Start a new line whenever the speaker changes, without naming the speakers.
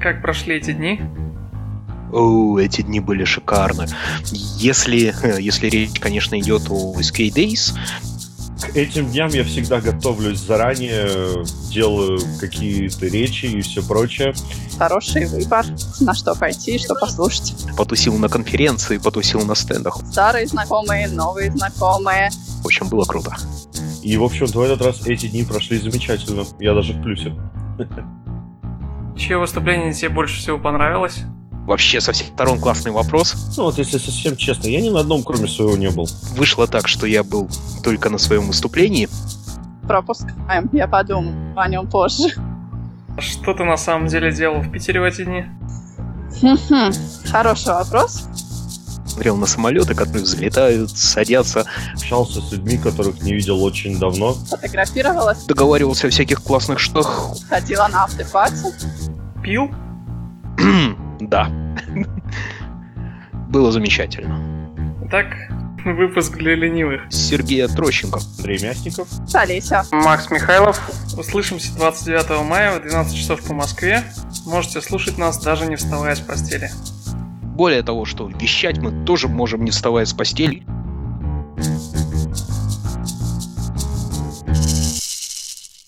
Как прошли эти дни?
О, эти дни были шикарны. Если, э, если речь, конечно, идет о SK Days,
к этим дням я всегда готовлюсь заранее, делаю какие-то речи и все прочее.
Хороший выбор, на что пойти, что послушать.
Потусил на конференции, потусил на стендах.
Старые знакомые, новые знакомые.
В общем, было круто.
И, в общем-то, в этот раз эти дни прошли замечательно. Я даже в плюсе. Ну,
Чье выступление тебе больше всего понравилось?
Вообще со всех сторон классный вопрос.
Ну вот если совсем честно, я ни на одном кроме своего не был.
Вышло так, что я был только на своем выступлении.
Пропускаем, я подумаю о нем позже.
Что ты на самом деле делал в Питере в эти дни?
Хороший вопрос.
Смотрел на самолеты, которые взлетают, садятся.
Общался с людьми, которых не видел очень давно.
Фотографировалась,
Договаривался о всяких классных штуках.
ходила на автопати.
Пил?
Да. Было замечательно.
Так, выпуск для ленивых.
Сергей Трощенко.
Андрей Мясников.
с Олеся.
Макс Михайлов. Услышимся 29 мая в 12 часов по Москве. Можете слушать нас, даже не вставая с постели.
Более того, что вещать мы тоже можем, не вставая с постели.